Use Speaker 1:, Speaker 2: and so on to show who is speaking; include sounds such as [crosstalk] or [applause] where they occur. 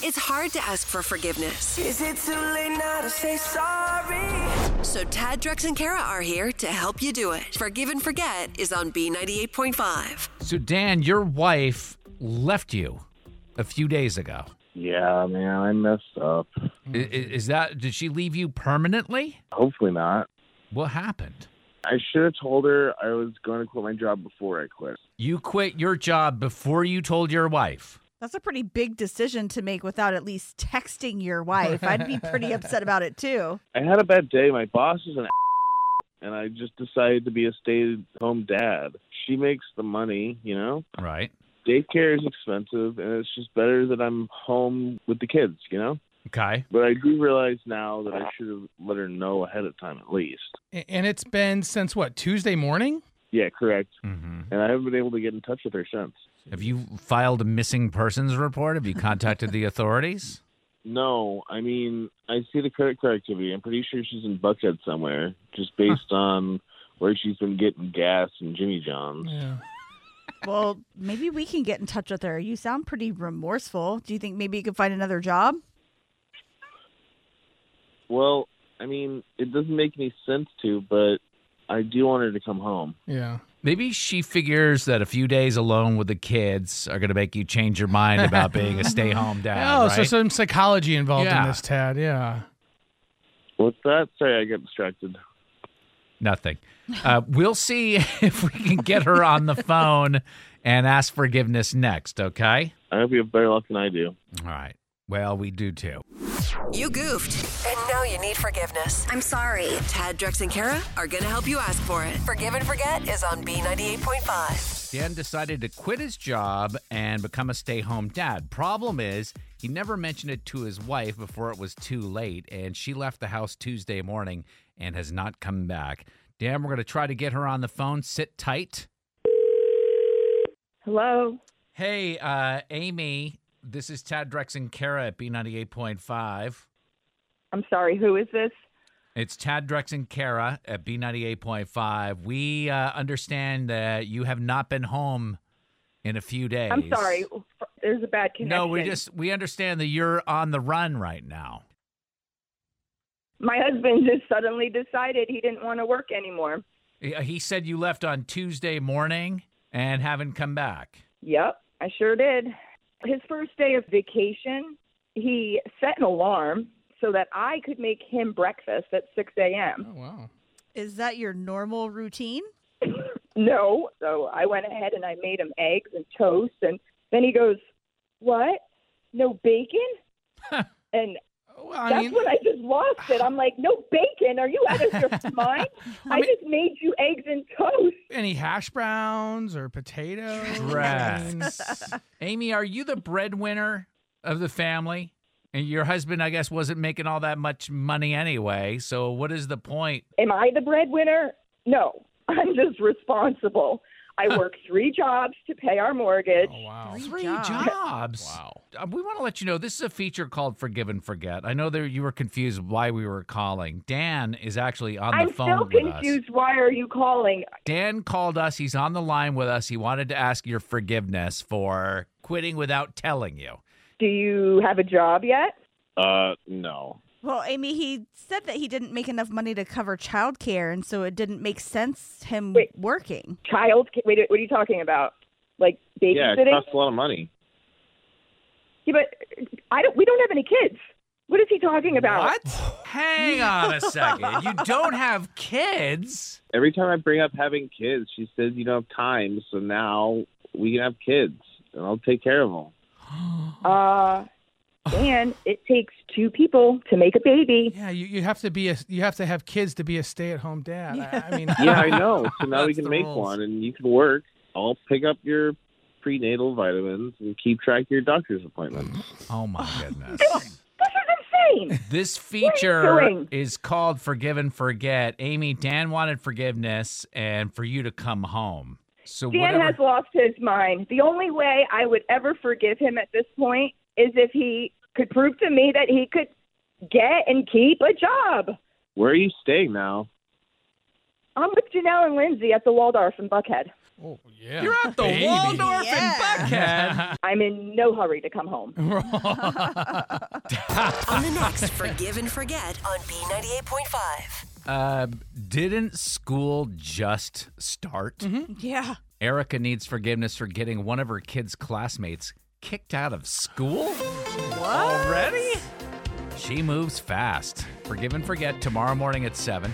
Speaker 1: It's hard to ask for forgiveness.
Speaker 2: Is it too late now to say sorry?
Speaker 1: So Tad, Drex, and Kara are here to help you do it. Forgive and Forget is on B98.5.
Speaker 3: So, Dan, your wife left you a few days ago.
Speaker 4: Yeah, man, I messed up.
Speaker 5: Mm-hmm.
Speaker 3: I- i- Is, that, did she leave you permanently?
Speaker 4: Hopefully not.
Speaker 3: What happened?
Speaker 4: I should have told her I was going to quit my job before I quit.
Speaker 3: You quit your job before you told your wife.
Speaker 6: That's a pretty big decision to make without at least texting your wife. I'd be pretty upset about it too.
Speaker 4: I had a bad day. My boss is an and I just decided to be a stay-at-home dad. She makes the money, you know.
Speaker 3: Right.
Speaker 4: Daycare is expensive, and it's just better that I'm home with the kids, you know.
Speaker 3: Okay.
Speaker 4: But I do realize now that I should have let her know ahead of time at least.
Speaker 5: A- And it's been since what, Tuesday morning?
Speaker 4: Yeah, correct.
Speaker 3: Mm-hmm.
Speaker 4: And I haven't been able to get in touch with her since.
Speaker 3: Have you filed a missing persons report? Have you contacted the authorities?
Speaker 4: No, I mean I see the credit card activity. I'm pretty sure she's in Buckhead somewhere, just based on where she's been getting gas and Jimmy John's.
Speaker 5: Yeah.
Speaker 6: Well, maybe we can get in touch with her. You sound pretty remorseful. Do you think maybe you could find another job?
Speaker 4: Well, I mean it doesn't make any sense to, but I do want her to come home.
Speaker 5: Yeah.
Speaker 3: Maybe she figures that a few days alone with the kids are going to make you change your mind about being a stay home dad.
Speaker 5: [laughs] oh, so
Speaker 3: right?
Speaker 5: some psychology involved
Speaker 3: Yeah.
Speaker 5: in this, Tad. Yeah.
Speaker 4: What's that? Sorry, I got distracted.
Speaker 3: Nothing. Uh, we'll see [laughs] if we can get her on the phone and ask forgiveness next, okay?
Speaker 4: I hope you have better luck than I do.
Speaker 3: All right. Well, we do too.
Speaker 1: You goofed, and now you need forgiveness.
Speaker 7: I'm sorry.
Speaker 1: Tad, Drex, and Kara are going to help you ask for it. Forgive and Forget is on B98.5.
Speaker 3: Dan decided to quit his job and become a stay home dad. Problem is, he never mentioned it to his wife before it was too late, and she left the house Tuesday morning and has not come back. Dan, we're going to try to get her on the phone. Sit tight.
Speaker 8: Hello.
Speaker 3: Hey, uh, Amy, this is Tad Drex and Kara at B98.5.
Speaker 8: I'm sorry. Who is this?
Speaker 3: It's Tad Drex and Kara at B98.5. We uh, understand that you have not been home in a few days.
Speaker 8: I'm sorry. There's a bad connection.
Speaker 3: No, we just we understand that you're on the run right now.
Speaker 8: My husband just suddenly decided he didn't want to work anymore.
Speaker 3: He he said you left on Tuesday morning and haven't come back.
Speaker 8: Yep, I sure did. His first day of vacation, he set an alarm so that I could make him breakfast at 6 a.m.
Speaker 5: Oh, wow.
Speaker 6: Is that your normal routine?
Speaker 8: No, so I went ahead and I made him eggs and toast, and then he goes, "What? No bacon?" and
Speaker 5: Well, I
Speaker 8: That's
Speaker 5: mean,
Speaker 8: when I just lost it. I'm like, no bacon. Are you out of your mind? I just made you eggs and toast.
Speaker 5: any hash browns or potatoes? I mean,
Speaker 3: Drex. Amy, are you the breadwinner of the family? And your husband, I guess, wasn't making all that much money anyway. So what is the point?
Speaker 8: Am I the breadwinner? No, [laughs] I'm just responsible. I work three jobs to pay our mortgage.
Speaker 5: oh, wow.
Speaker 3: Three
Speaker 6: jobs.
Speaker 3: jobs.
Speaker 5: Wow.
Speaker 3: Uh, We want to let you know this is a feature called Forgive and Forget. I know that you were confused why we were calling. Dan is actually on the
Speaker 8: I'm
Speaker 3: phone
Speaker 8: still
Speaker 3: with us.
Speaker 8: confused. Why are you calling?
Speaker 3: Dan called us. He's on the line with us. He wanted to ask your forgiveness for quitting without telling you.
Speaker 8: Do you have a job yet?
Speaker 4: Uh, no.
Speaker 6: [laughs] Well, Amy, he said that he didn't make enough money to cover childcare, and so it didn't make sense him
Speaker 8: Wait.
Speaker 6: working.
Speaker 8: Child? ca- Wait, what are you talking about? Like
Speaker 4: Yeah,
Speaker 8: babysitting?
Speaker 4: it costs a lot of money.
Speaker 8: Yeah, but I don't. We don't have any kids. What is he talking about? [laughs]
Speaker 3: Hang on a second. You don't have kids.
Speaker 4: Every time I bring up having kids, she says you don't have time. So now we can have kids, and I'll take care of them.
Speaker 3: [sighs]
Speaker 8: Uh, Dan, it takes two people to make a baby.
Speaker 5: Yeah, you, you have to be a you have to have kids to be a stay at home dad. I, I mean, [laughs]
Speaker 4: Yeah, I know. So now we
Speaker 5: That's
Speaker 4: can
Speaker 5: the
Speaker 4: make
Speaker 5: rules.
Speaker 4: one, and you can work. I'll pick up your prenatal vitamins and keep track of your doctor's appointments.
Speaker 3: Oh
Speaker 8: [laughs]
Speaker 3: my goodness.
Speaker 8: This is insane.
Speaker 3: This
Speaker 8: you
Speaker 3: feature
Speaker 8: doing?
Speaker 3: is called Forgive and Forget. Amy, Dan wanted forgiveness and for you to come home. So
Speaker 8: Dan
Speaker 3: whatever
Speaker 8: has lost his mind. The only way I would ever forgive him at this point is if he could prove to me that he could get and keep a job.
Speaker 4: Where are you staying now?
Speaker 8: I'm with Janelle and Lindsay at the Waldorf in Buckhead.
Speaker 5: Oh yeah.
Speaker 3: You're at the
Speaker 5: Baby.
Speaker 3: Waldorf
Speaker 8: I'm in no hurry to come home.
Speaker 1: on the next Forgive and Forget on B98.5.
Speaker 3: in Buckhead. Uh, didn't school just start?
Speaker 6: Yeah.
Speaker 3: Erica needs forgiveness for getting one of her kids' classmates kicked out of school? Already? She moves fast. Forgive and forget tomorrow morning at 7.